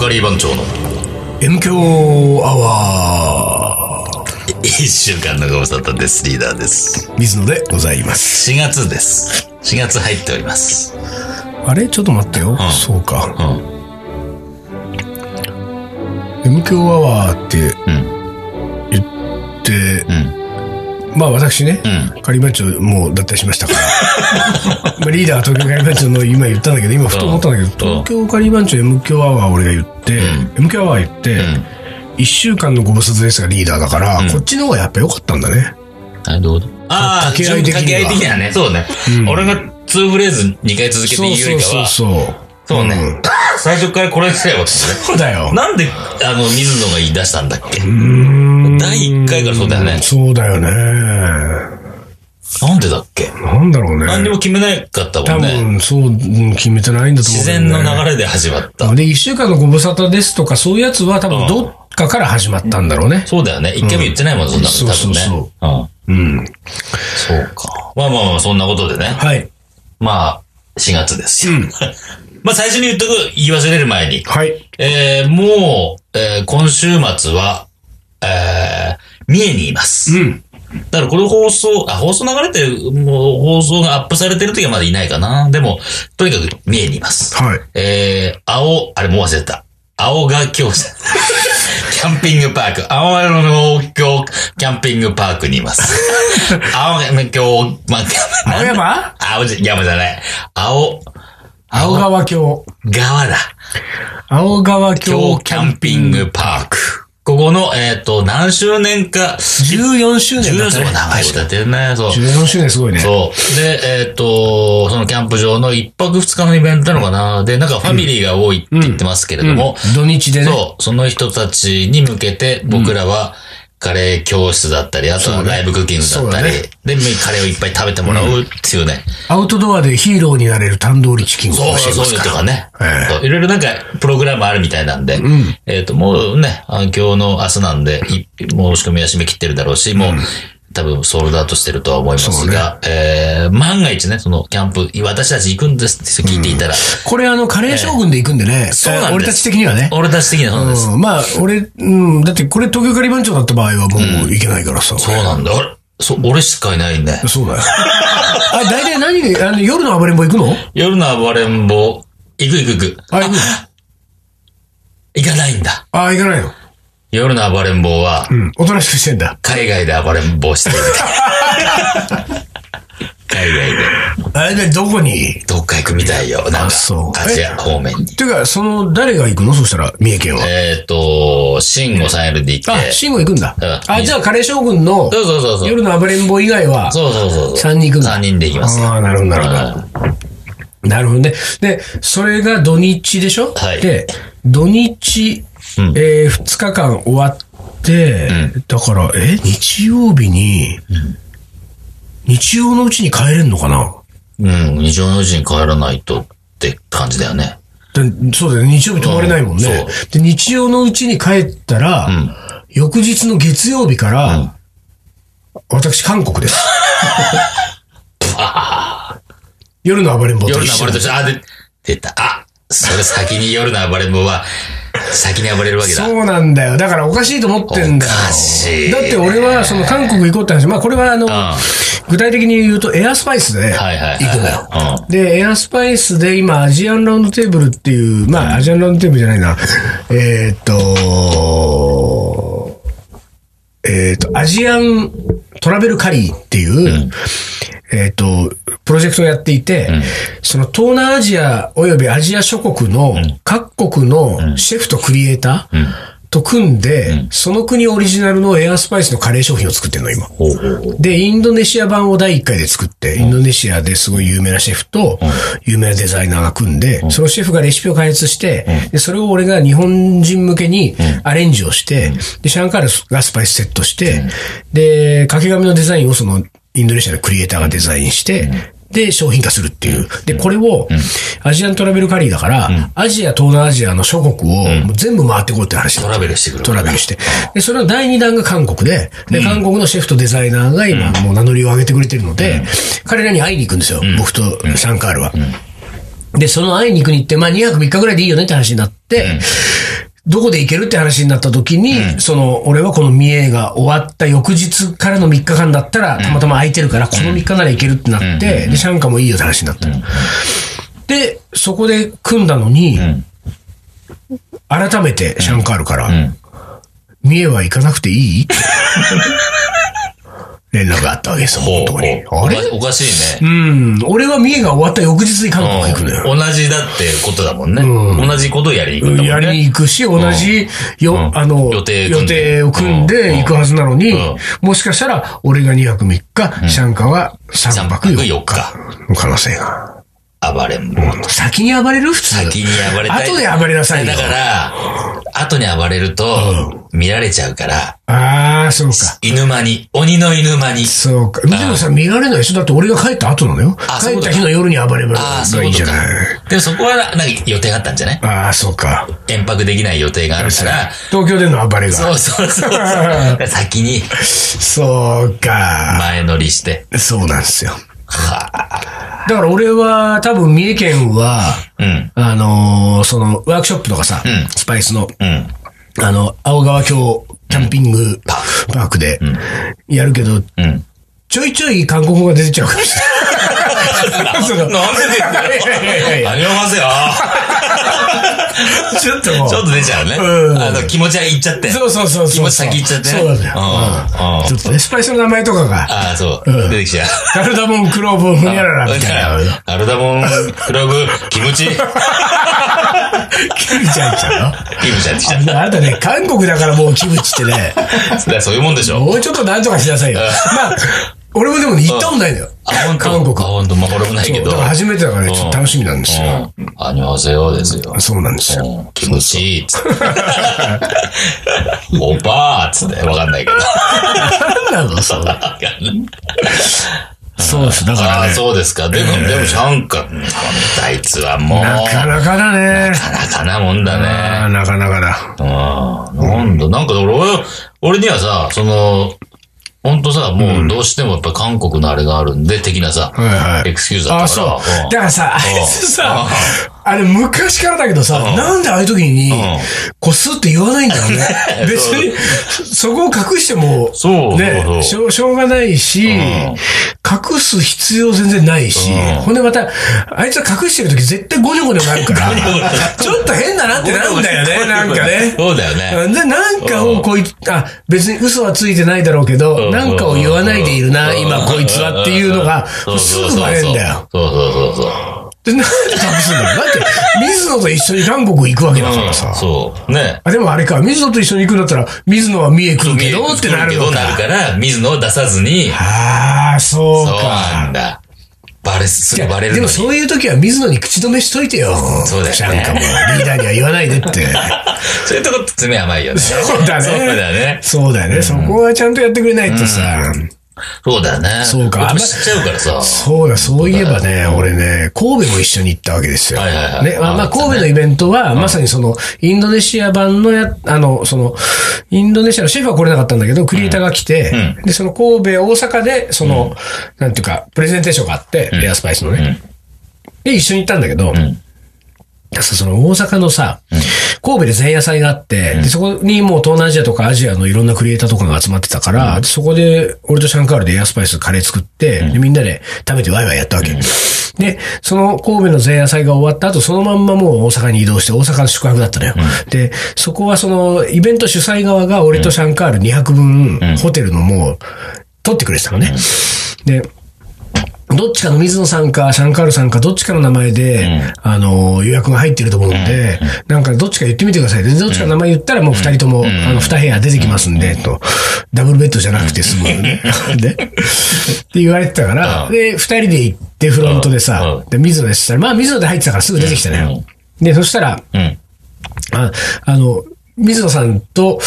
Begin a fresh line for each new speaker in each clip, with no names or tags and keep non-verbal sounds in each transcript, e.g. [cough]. ダリー番長の
M 強アワ
1週間のご無沙汰です。リーダーです。
ー水野でございます。
4月です。4月入っております。
あれちょっと待ってよ。そうか。
うん。
M 強アワーって
うん。
言って
う、ん。
まあ私ね、
う
仮番長もう脱退しましたから。 [laughs] まあリーダーは東京仮番長の今言ったんだけど、今ふと思ったんだけど、
うん
東京仮番長 M 強アワー俺が言って、M 強アワー言って、
うん。
1週間のご無沙汰ですがリーダーだから、
うん
こっちの方がやっぱ良かったんだね。
あ、どうだああ、
掛け合い的に
掛け
は
合い的にはね。そうね。
うん
俺が2フレーズ2回続けて
そう
言うよ
そ
り
う
か
そう
は、
そう。
そうね
うん。
最初からこれしたよ、私ね。
そうだよ。
なんで、あの、水野が言い出したんだっけ
うーん
第1回からそうだよね。
そうだよね。
なんでだっけ
なんだろうね。
何にも決めなかった
多
もんね。
分、そう、うん決めてないんだと思
自
う、ね。
然の流れで始まった。
で、一週間のご無沙汰ですとか、そういうやつは多
うん
分どっかから始まったんだろうね。
そうだよね。一回も言ってないもん、そんなこと。
そう
多
そう
分ね。
そ
うん。
うん。
そうか。まあまあまあ、そんなことでね。
はい。
まあ、4月ですよ。
うん
[laughs] まあ最初に言っとく、言い忘れる前に。
はい。
えー、もう、えー、今週末は、えー、三重にいます。
うん。
だからこれ放送、あ、放送流れてる、もう放送がアップされてる時はまだいないかな。でも、とにかく三重にいます。
はい。
えー、青、あれもう忘れた。青が京
[laughs]
じゃんキャンピングパーク。青が京キャンピングパークにいます。
[laughs]
青が京、まあ、
青山
青じゃ、山じゃない。青、
青川京。
川だ。
青川京
京キャンピングパーク。ここの、えっ、と、何周年か、
14周年だ
14
った
周
ね
年長いことやってるね。そう。
14周年すごいね。
そう。で、えっ、と、そのキャンプ場の一泊二日のイベントなのかな。で、なんかファミリーが多いって言ってますけれど
うん
も、
土日でね。
そう、その人たちに向けて僕らは、カレー教室だったり、あとはライブクッキングだったり、
そう
で、カレーをいっぱい食べてもらうっていうね。
アウトドアでヒーローになれるタンドーリチキンを
そう
教
そ
え
う
ま
そう
す
いう
か
と
ら。
かね。
ええ
そういろいろなんか、プログラムあるみたいなんで、
ん
えっ、と、もうね、あの今日の明日なんで、いもう仕込みは締め切ってるだろうし、もう、多分ソールドアウトしてるとは思いますが、えー、万が一ね、そのキャンプ、私たち行くんですって聞いていたら、
これあの、カレー将軍で行くんでね。
そうなんです
えー俺たち的にはね。
俺たち的にはそうなんです。
うん、まあ、俺、うん、だってこれ東京カリバン長だった場合はもういけないからさ。
そうなんだ。あれそう、俺しかいないね。
そ
[laughs]
うだよ。あ、大体何で、あの、夜の暴れん坊行くの
夜の暴れん坊、行く行く行く。
あ、行くの
行かないんだ。
あ、行かないの
夜の暴れん坊は
う、ん。おとなしくしてんだ。
海外で暴れん坊してる。
[laughs]
海外で、
あれでどこに
どっか行くみたいよ。なん
あ
か
そう、
アジア方面に。
ていうか、その、誰が行くのそしたら、三重県は。
えっと、シンゴ 3LDK。
あ、慎吾行くんだ
うん。
あ、じゃあカレー将軍の
そうそうそうそう。
夜の暴れん坊以外は、
そうそうそうそう。
三人行くんだ
3人で行きますよ。
ああ、なるほど、なるほど。
うん
なるほどね。で、それが土日でしょ
はい
で、土日、
うん
えー、2日間終わって、だから、え、日曜日に、日曜のうちに帰れんのかな
うん、二条のうちに帰らないとって感じだよね。
でそうだよね。日曜日泊まれないもんね。
うん
で、日曜のうちに帰ったら、
ん
翌日の月曜日から、
うん
私、韓国
[laughs]
です。夜の暴れん坊と
夜
一
の暴れん
緒
坊して、あ、で、出た。あ、それ先に夜の暴れん坊は、先に暴れるわけだ。
そうなんだよ。だからおかしいと思ってんだよ。
おかしい
だって俺は、その韓国行こうって話、まあこれはあの、具体的に言うとエアスパイスで行
はいはいはい
くのよ
う。
で、エアスパイスで今アジアンラウンドテーブルっていう、まあアジアンラウンドテーブルじゃないな。えーっと、えーっと、アジアントラベルカリーっていう、えーっと、プロジェクトをやっていて、その東南アジアおよびアジア諸国の各国のシェフとクリエイター、と組んで、その国オリジナルのエアスパイスのカレー商品を作ってるの、今。
ほうほうほう
で、インドネシア版を第1回で作って、インドネシアですごい有名なシェフと、有名なデザイナーが組んで、そのシェフがレシピを開発して、で、それを俺が日本人向けにアレンジをして、で、シャンカールがスパイスセットして、で、掛け紙のデザインをそのインドネシアのクリエイターがデザインして、で、商品化するっていう。で、これを、アジアントラベルカリーだから、アジア、東南アジアの諸国をもう全部回ってこうって話
トラベルしてくる。
トラベルして。で、それの第2弾が韓国で、で、韓国のシェフとデザイナーが今、もう名乗りを上げてくれてるので、彼らに会いに行くんですよ、僕とシャンカールは。で、その会いに行くに行って、まあ2泊3日ぐらいでいいよねって話になって、どこで行けるって話になった時に、その、俺はこの三重が終わった翌日からの3日間だったら、たまたま空いてるから、この3日なら行けるってなって、で、シャンカもいいよって話になったの。で、そこで組んだのに、改めてシャンカールから、
ん
三重は行かなくてい
[laughs]
いって連絡があったわけですよ、本当に。
ほう
あれ
おかしいね。
うん。俺は三重が終わった翌日に韓国行くのよ。
同じだってことだもんね。同じことをやりに行くんだもんね。
やりに行くし、同じよ、
うん
あの
予定組
予
んで
定を組んで行くはずなのに、
うんうん
もしかしたら、俺が2泊3日、シャンカは3泊
三
4
泊
日の可能性が。
暴れん坊。
先に暴れる普通。
先に暴れたい。
後で暴れなさいよ
だから、後に暴れると、見られちゃうから、
ああ、そうか。
犬間に、鬼の犬間に。
そうか。水野さん見られないでしょだって俺が帰った後なのよ。
あそういう
帰っ
こと
た
か
日の夜に暴れば
ああ、そうい
いいん
うこ
じ
と
ゃ
か
ない。。
でもそこは、なんか予定があったんじゃない
ああ、そうか。
延泊できない予定があるから、
東京での暴れが。
そうそうそう
[laughs]
そう。先に
そうか。
前乗りして。
そうなんですよ。
はあ
だから俺は多分三重県は、
うん。
あのーその、ワークショップとかさ、
うん
スパイスの、
うん。
あの、青川郷キャンピングパークで、やるけど、
うん。
ちょいちょい韓国語が出てちゃうかもしれ [laughs] ないその。
[laughs] なんでですよ。
いやいやいや
ありますよ。
ちょっと [laughs] もう
ちょっと出ちゃうね。
うん
あの気持ちはいっちゃって。
そうそうそうそう。
気持ち先行っちゃってね
そうなんだよ。
うん
うん
うん
ちょっとねスパイスの名前とかが、
ああ、そう。
うん
出てきちゃう。
カルダモン、クローブ、ふにゃららみたいな。
アルダモン、クラブ、キムチ、キム
キムチ入っちゃうの
チやってきちゃ
あ
う。
あなたね、韓国だからもうキムチってね、
だからそういうもんでしょ。
もうちょっとなんとかしなさいよ。まあ、俺もでもね、行ったことないのよ。
あ、本当
韓国
あ、本当まあ、これもないけ
そう
ど。
だから初めてだからね、
うん
ちょっと楽しみなんですよ。
うん。あにわせようですよ。
そうなんですよ。
うん気持ちい
[laughs]
いっつって。おばーっつって、わかんないけど。
なんだろうそう。そうです。だから
ああ、
ね、
そうですか。でも、でも、シャンカ、あいつはもう、
なかなかだね。
なかなかもんだね。
ああ、なかなかだ。
ああ、なんだ、なんか俺は、俺にはさ、その、ほんとさ、もうどうしてもやっぱ韓国のあれがあるんで、的なさ、
はいはい
エクスキューズだ
ああ、
った
そ
か
う
ら。。
だからさ、あいつさ、あれ昔からだけどさ、なんでああいう時に
ん、
こすって言わないんだろうね。別に、そこを隠しても、
そうそうそ
ね、
う
しょうしょうがないし、
ん
隠す必要全然ないし、
うん
ほんでまた、あいつは隠してる時絶対ゴニョゴニョなるから、ちょっと変だなってなるんだよね、なんかね。
そうだよね。
で、なんかをこいつ、あ、別に嘘はついてないだろうけど、
うん
なんかを言わないでいるな、
うん
今こいつはっていうのが、
そう
す
そう
ぐ
そう
バレんだよ。。
そうそうそうそう。
で、なんで隠すんだよ。だって、水野と一緒に韓国行くわけだから
う
さ
ん。そう。ね。
あ、でもあれか、水野と一緒に行くんだったら、水野は三重来るけどってなるの
どうなる
か。
から、水野を出さずに、
ああ、そう
そうな
か。
んだ。バレ、すぐバレる
で
の
も
に。
そういう時は水野に口止めしといてよ。
そうだよね
なんかもう、リーダーには言わないでって。
[laughs] そういうとこって爪甘いよね。
そうだ
[laughs]
ね。
そうだね。
そうだよね。そこはちゃんとやってくれないとさ。
そうだね。
そうか
俺も知っちゃうからさ。
そうだ、そういえばね、俺ね、神戸も一緒に行ったわけですよ。
はいはいはい
ね、まあ、まあ
あそうですね
神戸のイベントは、まさにその、インドネシア版のや、あの、その、インドネシアのシェフは来れなかったんだけど、クリエイターが来て、で、その神戸、大阪で、その、なんていうか、プレゼンテーションがあって、レアスパイスのね。で、一緒に行ったんだけど、さその大阪のさ、神戸で前夜祭があって、で、そこにもう東南アジアとかアジアのいろんなクリエイターとかが集まってたから、でそこで俺とシャンカールでエアスパイスカレー作って、で、みんなで食べてワイワイやったわけ。で、その神戸の前夜祭が終わった後、そのまんまもう大阪に移動して、大阪の宿泊だったのよ。で、そこはその、イベント主催側が俺とシャンカール2泊分、ホテルのもう、取ってくれてたのね。で、どっちかの水野さんか、シャンカールさんか、どっちかの名前で、あの、予約が入ってると思うんで、なんかどっちか言ってみてください。で、どっちかの名前言ったらもう二人とも、あの、二部屋出てきますんで、と。ダブルベッドじゃなくて済むよ
[laughs]
ね。で、って言われてたから、
うん
で、二人で行ってフロントでさ
う、ん
で、水野でしたら、まあ水野で入ってたからすぐ出てきたのよ。で、そしたら、
うん。
ああの、水野さんと、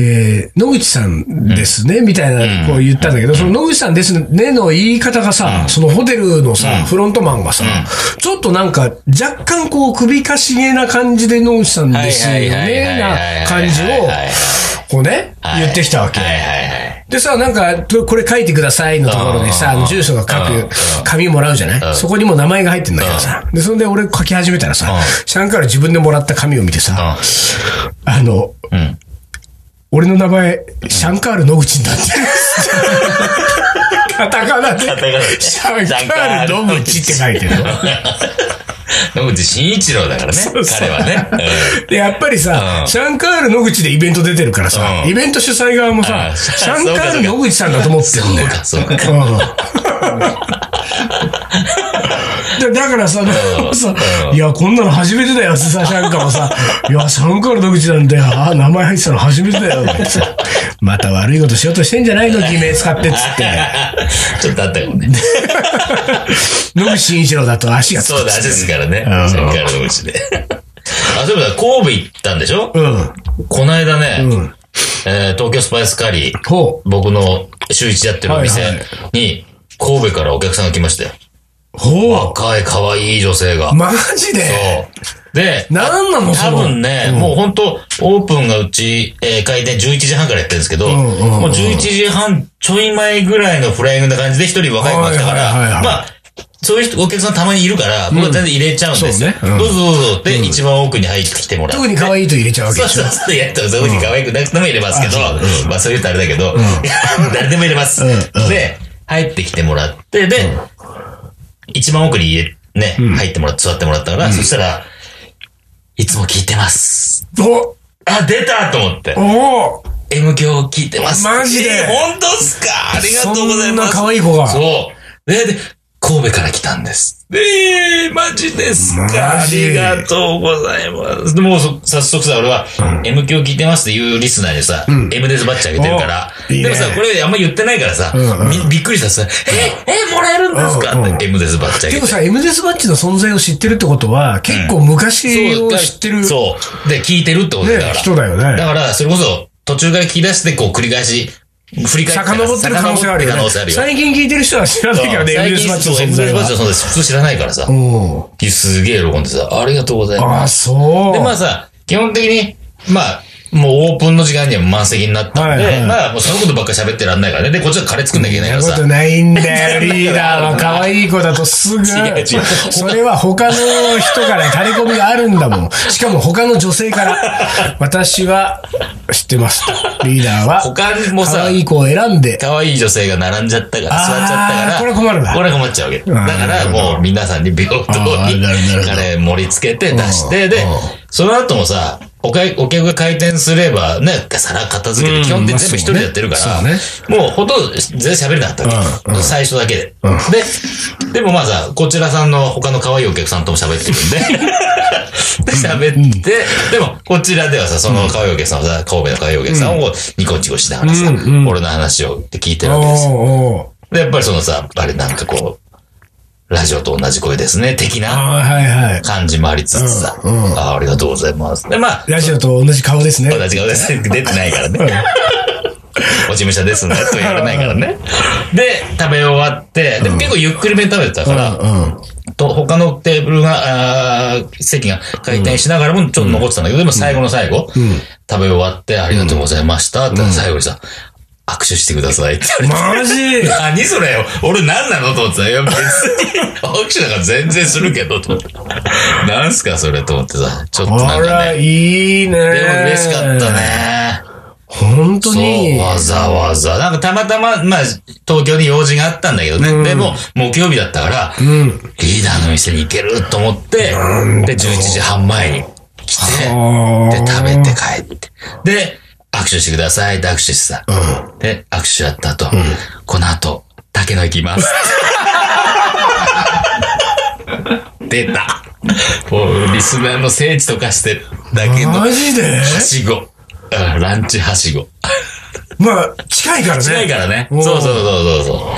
えー野口さんですね、みたいな、こう言ったんだけど、その野口さんですねの言い方がさ、そのホテルのさ、フロントマンがさ、ちょっとなんか、若干こう、首かしげな感じで野口さんですよ
はいはいはい
ね、
はいはいはい
な感じを
はいはいはい、
こうね、
はい
言ってきたわけ。
はいはいはい。
でさ、なんか、これ書いてくださいのところでさ、
うん
住所が
う
書
ん
く、紙もらうじゃないそこにも名前が入ってんだけどさ。で、そんで俺書き始めたらさ、シャンから自分でもらった紙を見てさ、あの、
うん。
俺の名前、シャンカール野口になってる。 [laughs] カタカナで、
カタカナで
シャンカール野口って書いてるの。
野口真一郎だからね、
そうそう
彼はね。
で、やっぱりさ、シャンカール野口でイベント出てるからさ、
うん
イベント主催側もさ
あ、
シャンカール野口さんだと思ってるんだ
そう
よ。
か、そうか。
うんだだからさ、さいや、こんなの初めてだよってさ、シャンカーも
[laughs]
さ、いや、シャンカール野口なんだよ。あ、名前入ってたの初めてだよ。ってさまた悪いことしようとしてんじゃないの偽名使ってっつって。
[laughs] ちょっとあったよね。
野口慎一郎だと足がつく
そうだ、ですからね。
ん
シャンカール野口で。 [laughs] あ、そういえば神戸行ったんでしょ
うん。
この間ね、
うん
えー東京スパイスカリー、
ほう。
僕の週一でやってるお店に、神戸からお客さんが来ましたよ。
ほ
若い、可愛い女性が
う。。マジで
そう。で、
なんなのそ
多
の
分ね、もう本当オープンがうち、えー開店11時半からやってるんですけど、
んうんうん
もう11時半ちょい前ぐらいのフライングな感じで一人若い子が来たから、
はいはいはいはい
まあ、そういう人、お客さんたまにいるから、僕は全然入れちゃうんですよ。
そうねうん
どうぞどうぞって、一番奥に入ってきてもらう。
特に可愛いと入れちゃうわけ
そ
で
う
しょ
そう。そう、いやったらそういうふうに可愛くなくても入れますけど、まあそういうとあれだけど、誰でも入れます。で、入ってきてもらって、で、一番奥に入れ、ね、入ってもらって、座ってもらったから、そしたら、いつも聞いてます。
お
あ、出たと思って。
お
M 響聞いてます。
マジで
え本当っすかありがとうございます。
そんな可愛い子が
そう。で、で、神戸から来たんです。ええマジですか
マ
あ
ジ
りがとうございます。でもうそ早速さ、俺は、M 響聞いてますっていうリスナーにさ、M ですバッチあげてるから。
おいい
で
ね
もさ、これあんま言ってないからさ、
んうん
みびっくりしたさ、え、え、もらえるんですか、
うんうん
って M ですバッチあげ
で
て
も。さ、エムデスバッジの存在を知ってるってことは、結構昔を知ってる、
そう。で、聞いてるってことだか
ね
ら。
人だよ
だ
ね。
から、それこそ、途中から聞き出して、こう、繰り返し、振り返って。
遡ってる可能性ある
遡って
よね
る可能性あるよ。
最近聞いてる人は知らないからね、エムデスバッジの
エム
存
レ
在
スバッチ
は。
の存在普通知らないからさ。
うん
すげえ喜んでさ、ありがとうござい
あ
ま
あ、
す。
そう。
で、まあさ、基本的に、まあ、もうオープンの時間には満席になったんで、
はいはい
まあ、もうそのことばっかり喋ってらんないからね。で、こっちはカレー作んなきゃいけない
そ
から
んな
さ。
ことないんだよ、リーダーは。可愛い子だとすぐ。
違う違う
それは他の人から垂れ込みがあるんだもん。しかも他の女性から。私は知ってますと。リーダーは。
他にも
可
さ、
愛い子を選んで。
可愛い女性が並んじゃったから、
あー
座っちゃったから。
これ困るわ
これ困っちゃうわけ。だか
なる
ら
ほど
もう皆さんに平等に
あーなるほどなるほど
カレー盛り付けて出して、で
うん、
その後もさ、おかお客が回転すればね、皿片付けて、
うん
基本的に全部一人でやってるから、
まあ
もうほとんど全然喋れなかったわけ。最初だけで、
ん
で、でもまあさ、こちらさんの他の可愛いお客さんとも喋ってる
[laughs]
んで、で、喋って、でも、こちらではさ、その可愛いお客さんをさ、神戸の可愛いお客さんをこうニコニコしながらさ、
うんうん
俺の話をって聞いてるわけですよ。
おーお
で、やっぱりそのさ、あれなんかこう、ラジオと同じ声ですね、的
ー
な
ああ、はいはい。
感じもありつつさ、
うんうん
あありがとうございます。で、まあ、
ラジオと同じ顔ですね。
同じ顔
[laughs]
ですね、出てないからね。お事務所ですね、と言われないからね。で、食べ終わって、でも結構ゆっくりめに食べてた
う
か
んう
ら、
ん。
と、他のテーブルが、あー席が回転しながらもちょっと残ってたんだけど、でも最後の最後、食べ終わってありがとうございましたって最後にさ、握手してくださいって言われて。
マジ
[laughs] 何それ俺何なのと思ってた。いや別に、 [laughs] 握手なんか全然するけど、と思って。何すかそれと思ってさ、ちょっとな
あ、
んからね。
いいね。
でも嬉しかった。ね。
本当に
そう、。わざわざ。なんかたまたま、まあ、東京に用事があったんだけどね。でも、木曜日だったから、リーダーの店に行けると思って、で、11時半前に来て、
あ
で、
ー
食べて帰って。で、握手してくださいって握手してさ。で、握手しやった後、この後、竹野行きます。 [laughs] 出た。もう、リスナーの聖地とかして、だけど、
マジ
[laughs]
で
はしご。うんランチはしご。
まあ、近いからね。
近いからね。
お
そ
ー
うそうそうそうそ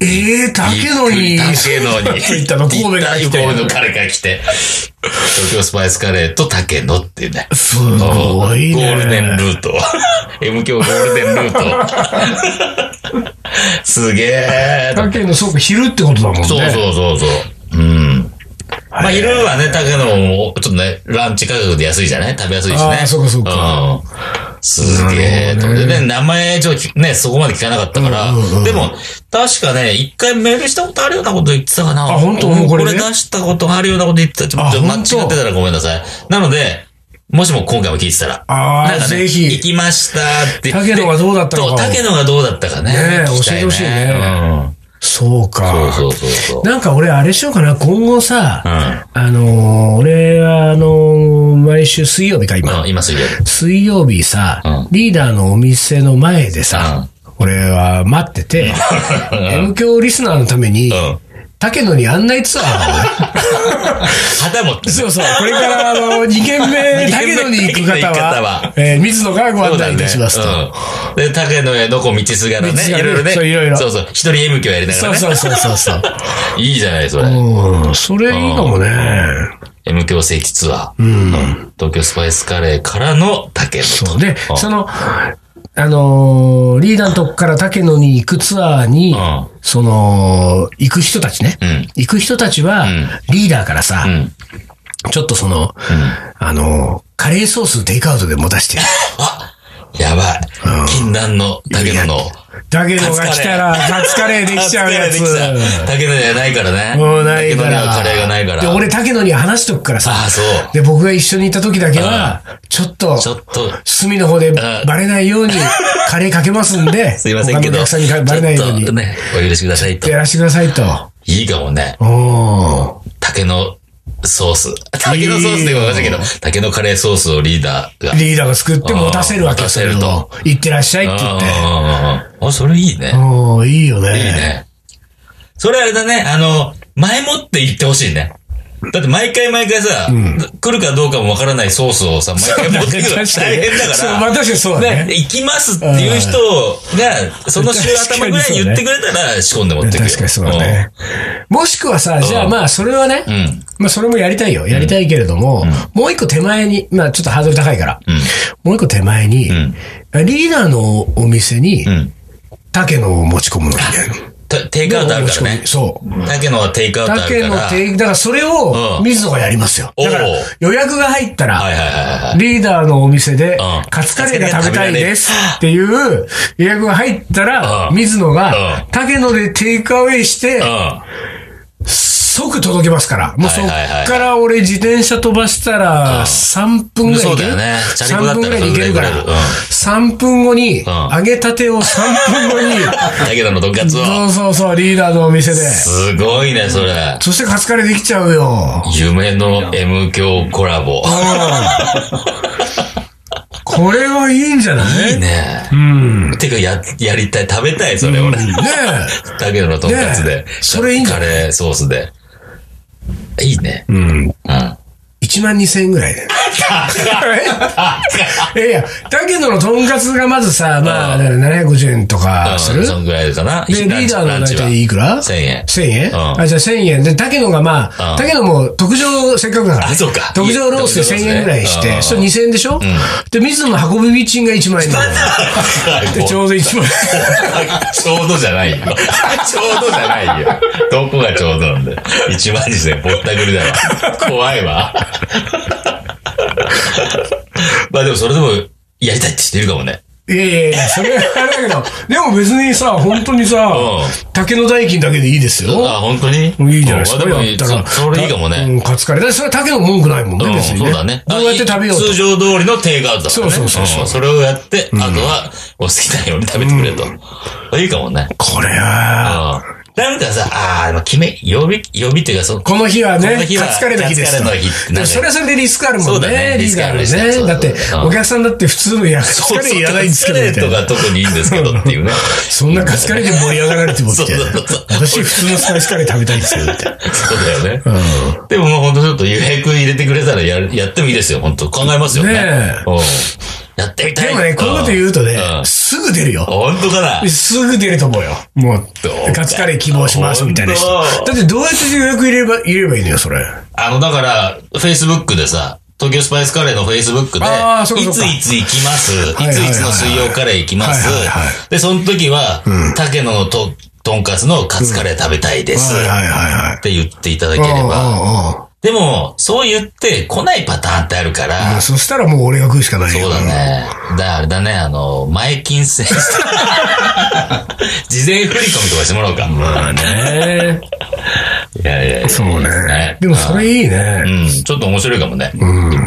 う。
ええー、竹野に。
竹 [laughs] 野に。
そういったの神戸から来て
行った神戸の彼が来て。東京スパイスカレーと竹野っていうね。
すごいね。
ゴールデンルート。M 響ゴールデンルート。すげえ。
竹野、そうか、昼ってことだもんね。
そうそうそうそう。うん。まあ、昼はね、竹野も、ちょっとね、ランチ価格で安いじゃない食べやすいし
あ
ね。
ーそうかそうか
んすげえと。で、ね、名前上、ね、そこまで聞かなかったから、でも、確かね、一回メールしたことあるようなこと言ってたかな。
あ、本当もうこれ、
ね、これ出したことあるようなこと言ってた。ちょっと間違ってたらごめんなさい。なので、もしも今回も聞いてたら。
ああ、
なんかね、
ぜひ。。
行きましたって言って
竹野がどうだったか。
そう、竹野がどうだったかね。
ね教えてほしいね。うんそうか。
そうそうそう
なんか俺、あれしようかな。今後さ、うん、あのー、俺は、あのー、毎週水曜日か、今。
うん、今水曜日。
水曜日さ、うん、リーダーのお店の前でさ、俺は待ってて、M 響リスナーのために、竹野に案内ツアー
をね。旗持って。
そうそう。これから、あの、2軒目、竹野に行く方は、えー、水野がご案内いたしますと。
で、竹野へどこ道すがらね、いろいろね。
そう、いろいろ。
そうそう。一人 M 響やりながらね。
そうそうそうそう。
いいじゃない、それ。
うん。それいいかもね。
M 響聖地ツアー。うん。東京スパイスカレーからの竹野
そうで、その、あのー、リーダーのとこから竹野に行くツアーに、うん、その、行く人たちね。うん、行く人たちは、うん、リーダーからさ、ちょっとその、あのー、カレーソーステイクアウトでも出 [laughs] してる。
あやばい。禁断の竹野の。
竹野が来たら、カツカレーできちゃうやつ。
竹野じゃないからね。
もうないか
竹野
ら。
にはカレーがないから。
で、俺竹野に話しとくからさ。
ああ、そう。
で、僕が一緒にいた時だけは、ちょっと、
ちょっと、
隅の方でバレな
[laughs]
いように、カレーかけますんで、
すいませんけど。お
客さんにバレないように。
ね、お許しくださいと。
やらしてくださいと。
いいかもね。
お
竹野、ソース。竹のソースで言いましたけど、竹のカレーソースをリーダーが。
リーダーが作って持たせるわけ
持たせると。
行ってらっしゃいって言って。
あ、それいいね。
うん、いいよね。
いい
[laughs]
ね。それあれだね、あの、前もって言ってほしいね。だって毎回毎回さ、来るかどうかもわからないソースをさ、毎回持
[laughs]
ってくるの大変だから。そう、
まあ確かにそうだね。
行きますっていう人が、その週頭ぐらいに言ってくれたら仕込んで持ってくる。
確かにそうだね。もしくはさ、じゃあまあそれはね、まあそれもやりたいよ。やりたいけれども、もう一個手前に、まあちょっとハードル高いから、もう一個手前に、リーダーのお店に、竹野を持ち込むのみたいな。
テイクアウトあるからね。
そう。
竹野はテイクアウトあるから。
竹野テイク、だからそれを、水野がやりますよ。だから、予約が入ったら、リーダーのお店で、カツカレーが食べたいですっていう予約が入ったら、水野が、竹野でテイクアウェイして、即届けますから。もうそっから俺自転車飛ばしたら、3分ぐらいいける。
ね。
3分ぐらいいけるから。3分後に、揚げたてを3分後に。
揚げたのとんかつを。
そうそうそう、リーダーのお店で。
すごいね、それ。
そしてカツカレーできちゃうよ。
夢の M 響コラボ。
これはいいんじゃない
いいね。
うん。
てか、や、やりたい、食べたい、それ、俺。ねえ。だけどのとんかつで。
それいいん
カレーソースで。いいね。
うん。うん。1万2千円ぐらいで。いやいや、だけどのとんかつがまずさ、まあ、750円とかする
そんぐらいかな。
で、リーダーの大体いくら
?1000
[laughs]
円。
1000円あ、じゃあ1000円。で、だけどがまあ、だけども特上せっかくだから。
あ、そうか。
特上ロースで1000円ぐらいして、それ2000円でしょで、水野の運び道が1万円だで、ちょうど1万
円。 [laughs] ちょうどじゃないよ。ちょうどじゃないよ。どこがちょうどなんだよ。1万2000円ぼったくりだわ。怖いわ。 [laughs] まあでもそれでもやりたいって人いるかもね。
いやいやいや、それはあれだけど、でも別にさ、本当にさ、竹の代金だけでいいですよ。
あ、本当に
いいじゃないですか。
でも、それいいかもね。
うん、カツカレー。だそれ竹の文句ないもんね、別に。
そうだね。
どうやって食べよう
通常通りのテイクアウトだ
そうそうそう。
それをやって、あとは、お好きなように食べてくれと。いいかもね。
これは、
なんかさ、ああ、決め、予備、予備っていうか、その、
この日はね、
カツ
カレーの日です
カツカレーの日って
でもそれはそれでリスクあるもんね。そうだね、リスクあるね。だって、お客さんだって普通のや、カツカレーいらないんですけど。カツ
カレーとか特にいいんですけどっていうね。
そんなカツカレーで盛り上がられてもって。私普通のスパイスカレー食べたいんですけどって。 [laughs]
そうだよね。でももうほんとちょっと予約入れてくれたらや、やってもいいですよ、本当考えますよね。ねやってみたい。
でもね、こういうこと言うとね、すぐ出るよ。
本当かな
すぐ出ると思うよ。もう、カツカレー希望しますみたいな人。だってどうやって予約入れれば、入ればいいのよ、それ。
あの、だから、Facebook でさ、東京スパイスカレーの Facebook で、いついつ行きます、いついつの水曜カレー行きます、で、その時は、竹野のと、とんかつのカツカレー食べたいです、って言っていただければ、でも、そう言って来ないパターンってあるから、
まあそしたらもう俺が食うしかない
そ
よ。
うだね。だからあれだね、あの、前金制して、事前振り込みとかしてもらおうか。
まあね。
いやいやいや
そう
いいです
ね。でもそれいいね
う。ん、ちょっと面白いかもね。
うん。
うん、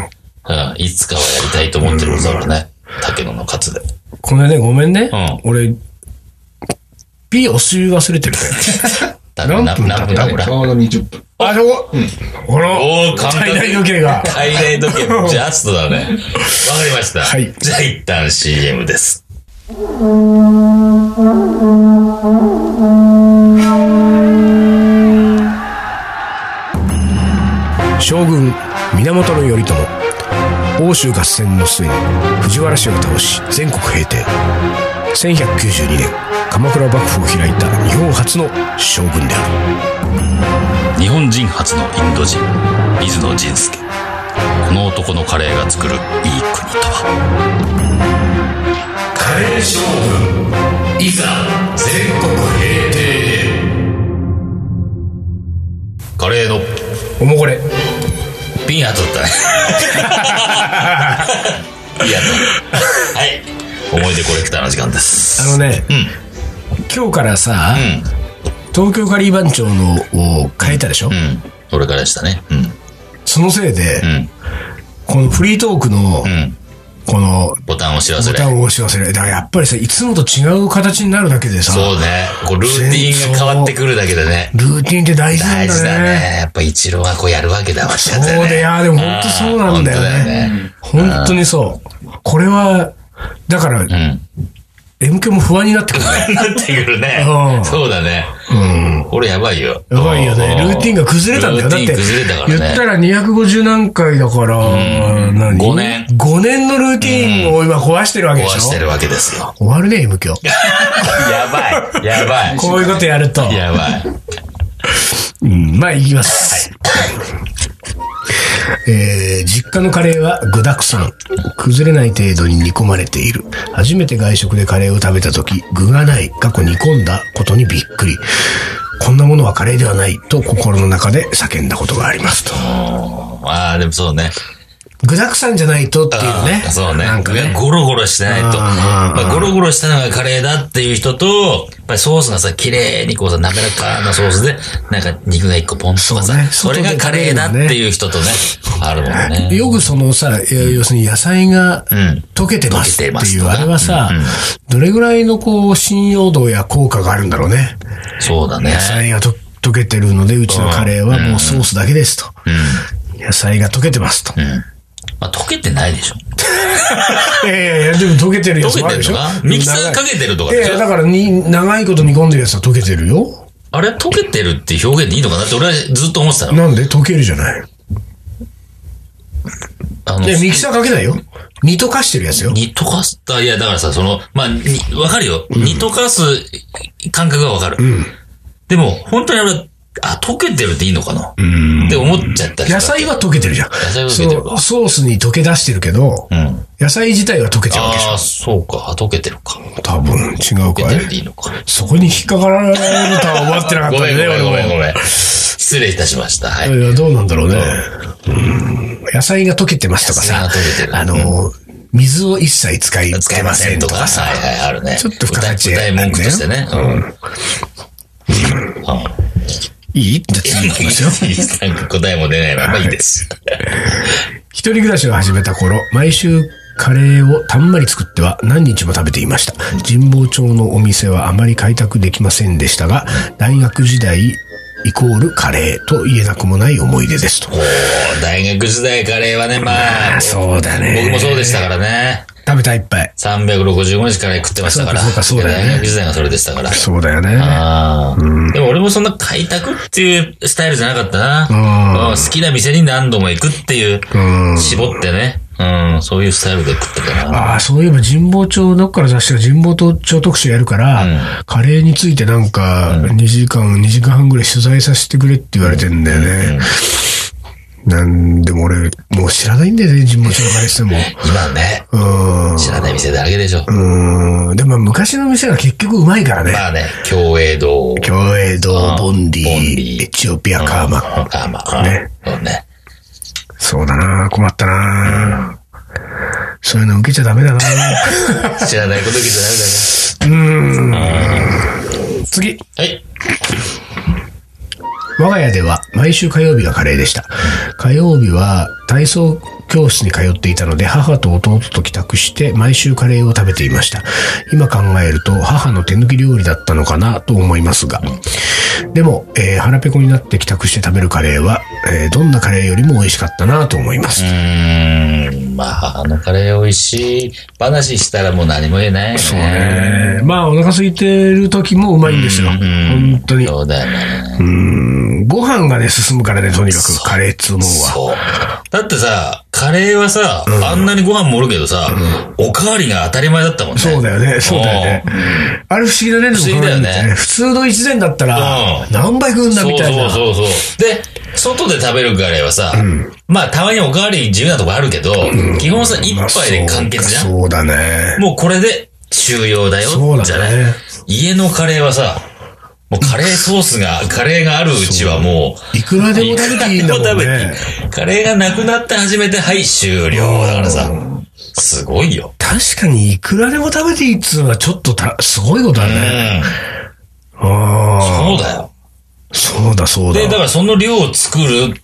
いつかはやりたいと思ってることだからね。竹野のカツで。
これね、ごめんね
うん。
俺、ピーお酢忘れてるね。
だから
何分だ
何分だこれ
ち。ょうど20分。
あそこほら
おー、簡
体
単
内時計が。
体内時計、ジャストだ
[laughs]
ね。わかりました。
はい
じゃあ一旦 CM です。
将軍源頼朝欧州合戦の末に藤原氏を倒し全国平定1192年鎌倉幕府を開いた日本初の将軍である
日本人初のインド人、水野仁介。この男のカレーが作るいい国とは。
カレー将
いざ、全国平定カレーの
軍おもこれ
ピン当たったね。 [laughs] ピン当たった。はい。思い出コレクターの時間です。
あのね、
ん
今日からさ、東京カリー番長のを変えたでしょ、
うん。うん。それからでしたね。うん。
そのせいで、
うん。
このフリートークの、
うん。
この
ボタンを知らせ
ボ
れ。
タンを押し忘れだからやっぱりさいつもと違う形になるだけでさ
そうね。こうルーティンが変わってくるだけでね。
ルーティンって大事なん
大事だ
だね
ね。やっぱ一郎はこうやるわけだわ。そう
そうで、いや、でも本当そうなんだよね。本当にそう。これは、だから、
うん。な
M 響も不安になってくるね。
ってくるね
う。ん
そうだね。これやばいよ。
やばいよね。
うん
ルーティンが崩れたんだよ。だって、
ルーティン崩れたから
言った
ね。
ら250何回だから、何
五年
5年のルーティンを今壊してるわけ
壊
でしょ
してるわけですよ。
終わるね、M 響。
やばい。やばい。
こういうことやると。
やばい。
うんまあ、いきます。えー実家のカレーは具だくさん。崩れない程度に煮込まれている。初めて外食でカレーを食べた時、具がない、過去煮込んだことにびっくり。こんなものはカレーではないと心の中で叫んだことがありますと。
ああ、でもそうね。
具だくさんじゃないとっていうね。
あそうね。
なんかね。
ゴロゴロしてないと。
うんうんうん
まあ、ゴロゴロしたのがカレーだっていう人と、やっぱりソースがさ、綺麗にこうさ、滑らかなソースで、なんか肉が一個ポンとか
そ
さ、
うね
それがカレーだっていう人とね、あるもんね。
よくそのさ、いや要するに野菜が
ん
溶けてますっ
溶けて
て
ます
い
と
う、
か
あれはさ、どれぐらいのこう、信用度や効果があるんだろうね。
そうだね
野。菜がと溶けてるので、うちのカレーはもうソースだけですと。野菜が溶けてますと。
うん。まあ、溶けてないでしょ。
[laughs] いやいやいや、でも溶けてるやつもあるでしょ
溶けてんのかミキサーかけてるとか
い
でしょ
やいや、だからに、長いこと煮込んでるやつは溶けてるよ。
あれ、溶けてるって表現でいいのかなって俺はずっと思ってたの。
なんで溶けるじゃない。
あの
いや、ミキサーかけないよ。煮溶かしてるやつよ。
煮溶かすた、いや、だからさ、その、まあ、にわかるよ。煮溶かす感覚がわかる。でも、本当にあれ、あ、溶けてるっていいのかなって思っちゃったり
野
した
菜は溶けてるじゃん。
菜は溶けてるか
そうソースに溶け出してるけど、
うん。
野菜自体は溶けちゃうわけでし
ああ、
ょ。
そうか。溶けてるか。
多分違う
溶け
か
て
い
るでいいのか。
そこに引っかかられるとは思ってなかった
ごめん
よ
ご
ね、
めんごめんご
俺も。
めん。失礼いたしました。はい。
いやどうなんだろうね。うん野菜が溶けてますとかさ
野菜が溶けて、る
あの、水を一切使い
使え
ま
ま
せ
せ
ん
ん
と
と
か
か。
さ
は、いはい、あるね。
ちょっと付加価値
歌い歌い文句としてね。うん。うん
いいじゃあ次行きますよ。
なんか答えも出ないままいい
[laughs]
です。
一人暮らしを始めた頃、毎週カレーをたんまり作っては何日も食べていました。神保町のお店はあまり開拓できませんでしたが、大学時代イコールカレーと言えなくもない思い出ですと。
おー大学時代カレーはね、まあ、
そうだね
僕もそうでしたからね。
食べたいっぱい。
365日カレー食ってましたから。
そうかそうかそうだよね
大学時代がそれでしたから。
そうだよね。
ああ、でも俺もそんな開拓っていうスタイルじゃなかった
うん
な。うん好きな店に何度も行くっていう
う、ん
絞ってね。うん、そういうスタイルで食ってたな。
ああ、そういえば神保町、どっから雑誌が神保町特集やるから、カレーについてなんか、2時間、2時間半ぐらい取材させてくれって言われてんだよね。なんでも俺、もう知らないんだよね、神保町のカレーしても。
今ね、 [laughs]
う
知らない店だらけでしょ。
ん。うん。でも昔の店が結局うまいからね。
まあね、共栄堂。
共栄堂、ボンデ
ボンデ
ィ、
ィ
エチオピアカーマ。
あまあ、
ね
そうね。
そうだな困ったなそういうの受けちゃダ
[laughs]
メだな
知らないこと受けちゃダメだね。
次。
はい。
我が家では毎週火曜日がカレーでした。火曜日は体操教室に通っていたので母と弟と帰宅して毎週カレーを食べていました。今考えると母の手抜き料理だったのかなと思いますが。でも、えー腹ペコになって帰宅して食べるカレーは、えーどんなカレーよりも美味しかったなと思います。
うーん、まあ、あのカレー美味しい。話したらもう何も言えないよね。そう
えーまあお腹空いてる時もうまいんですよ。本当に。
だよね。
うんご飯がね、進むからね、とにかくカレーっつうもんは。
そう。だってさ、カレーはさ、あんなにご飯盛るけどさ、おかわりが当たり前だったもんね。
そうだよね、そうだよね。あれ不思議だね、不
思議だよね
普通の一膳だったら
う、ん
何倍食うんだ
そう
みたいな。
そうそうそう。で、外で食べるカレーはさ、まあたまにおかわり自由なとこあるけど、基本さ、一
まあ
杯で完結じゃん。
そうかそうだね。
もうこれで終了だよ
そうだね
じゃない家のカレーはさ、もうカレーソースが、カレーがあるうちはもう、
いくらでも食べていいんだも
い
ん
くらで
ね
も。食べてカレーがなくなって初めて、はい、終了。だからさ、すごいよ。
確かにいくらでも食べていいっつうのはちょっとた、すごいことだ
う
ね。
ん。
あ
そうだよ。
あ、そうだそうだ。
で、だからその量を作る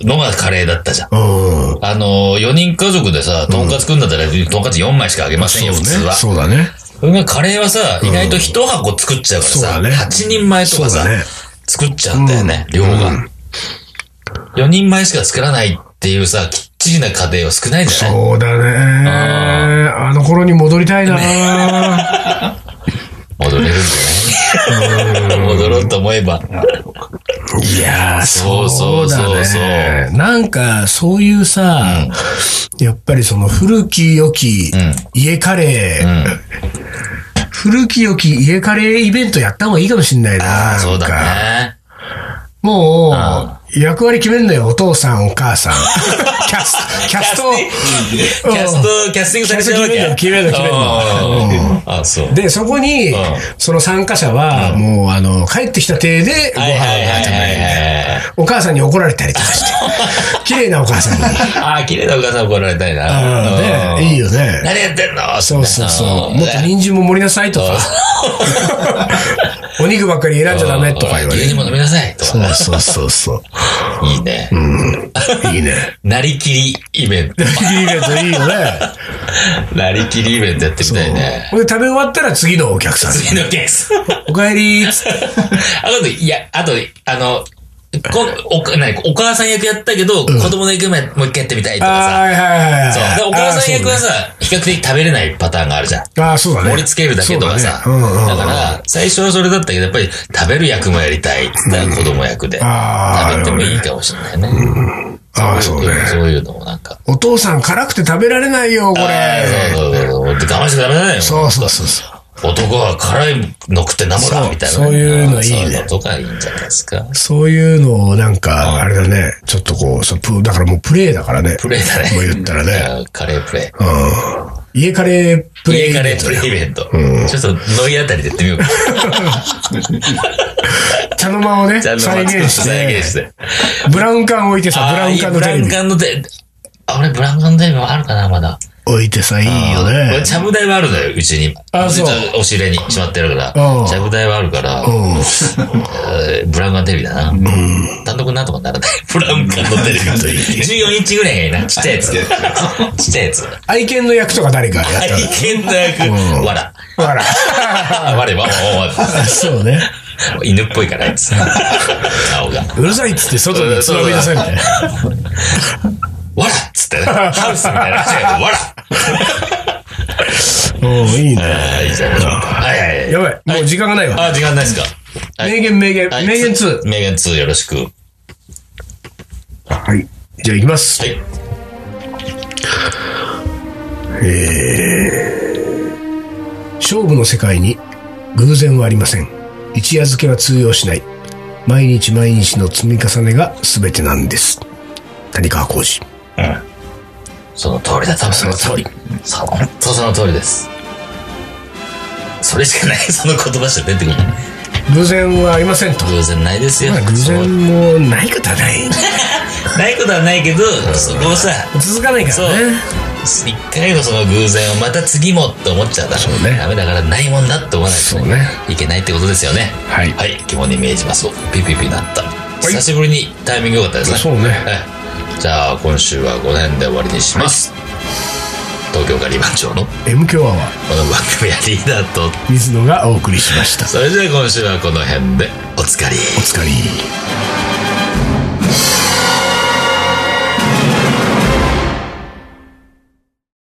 のがカレーだったじゃん。
うん。
あの、4人家族でさ、とんかつ食うんだったら、とんかつ4枚しかあげませんよ、普通は。
そうだね。
それがカレーはさ、意外と一箱作っちゃう
そう
か
だ
ら
ね
さ、8人前とか
そう
さ
だね、
作っちゃうんだよね、量が。4人前しか作らないっていうさ、きっちりな家庭は少ないんじゃない
そうだね。あの頃に戻りたいな。
戻れるんじゃない [laughs] 戻ろうと思えば。
いやー、
そう
そうだ
そうそうそう
ね。なんか、そういうさ、やっぱりその古き良
ん
き家カレー、古き良き家カレーイベントやった方がいいかもしんないな。
そうだ
なんか
ね。
もう、役割決めんのよ、お父さん、お母さん。 [laughs] キャス、キャスト。
キャスト、キャスティングされちゃうわけ。
キャスト決めるの決めるの決めるの
うんあ、そう。
で、そこに、その参加者は、もう、あの、帰ってきた体でご
は
飯
いはいはい
を食べ
は
る
いはい。
お母さんに怒られたりとか
[laughs]
して。綺麗なお母さんに。
あー、綺麗なお母さん怒られたいな。
うんねいいよね
何やってんの
そうそうそう。
ん
もっと人参も盛りなさいとか。 [laughs] お肉ばっかり選んじゃダメとか言われ
牛乳
る。
も飲みなさいと
そ
か
う
ね。
そうそうそ
いいね。
う。いいね。
[laughs] なりきりイベ
[laughs]
ント。
いいねといいよね。
なりきりイベントやってみたいね。
これ食べ終わったら次のお客さん。
次のケー
[laughs]
ス。あ
おかえりーっつ
[laughs]
って。
と、いや、あと、あの、こおか何お母さん役やったけど、子供の役もやもう一回やってみたいとか
はいはいはい。
さ。そう。でお母さん役はさ、比較的食べれないパターンがあるじゃん。
あーそうだね。あ
盛
ーそうだね。
り付けるだけとかさ。
そうだねうんうんうん
だから、最初はそれだったけど、やっぱり食べる役もやりたいっつったら子供役で。
あー
食べてもいいかもしれないね。
ああ、そうね。
そういうのもなんか。
お父さん辛くて食べられないよ、これ。
そうそうそう。我慢してダメだよ。
そうそうそうそう。
男は辛いの食ってなんぼ
そ
だ
う
みたいな。
そういうのいいね
そういうのとかいいんじゃないですか。
そういうのをなんか、あれだね、ちょっとこう、そうプだからもうプレイだからね。
プレイだね
もう言ったら
い
ね。
やカレープレ
家カレープ
イ。
レイ。
家カレープレイイベント。ちょっと、ノイあたりでやってみよ
[laughs]
うか。
茶の間
[laughs]
をね、
じゃああの
再現し、
再現してて。
ブラウン管置いてさ、ブラウン管の
あ
テ
ーい
レ
いブラウン管
ビ
のテレビ。あ、俺ブラウン管のテレビもあるかな、まだ。
置いてさ、いいよ
俺
ね。
ちゃぶ台はあるのよ、うちに。
あそう
ちお尻にしまってるから
うん。
ちゃぶ台はあるから、えーブラウン管テレビだな。単独なんとかならない。 [laughs] ブラウン管のテレビ。14インチぐらいがいいな。ちっちゃいやつ。 [laughs] ちっちゃいやつ。
愛犬の役とか誰かやった
愛犬の役。わら。
のあら。
[laughs] あ、我は、お
そうね。
おお犬っぽいから、あい [laughs] つ。顔が。
うるさいっつって外につまみなさいみたいな。
わらっつってね。ハウスみたいな。わら
うん、いいね。
あーいいじゃん。はいはいはい。
やばい、もう時間がないわ。
あ、時間ないですか。はい
名言、名言、
はい
名言2。
名言2よろしく。は
はい。じゃあ行きます。
い。
勝負の世界に偶然はありません。一夜漬けは通用しない。毎日毎日の積み重ねが全てなんです。谷川浩司。
その通りだ、多分その通り。その、 [laughs] とその通りです。それしかない、その言葉しか出てこない。
偶然はありませんと。
偶然ないですよ。
まあ偶然もないことはない。
ないことはないけど、そこをさ、
続かないか
そう
らね。
一回のその偶然をまた次もって思っちゃったら
そうね
ダメだからないもんだって思わないと、
そうね
いけないってことですよね
はい
はい、肝に銘じますおピピピなった
い
久しぶりにタイミング良かったですね
そう
は
ね
いじゃあ今週はこの辺で終わりにします、東京カリバン町のこ
M 強アワー、
の番組はリーダーと
水野がお送りしました。
それじゃあ今週はこの辺でおつかり
お疲れ。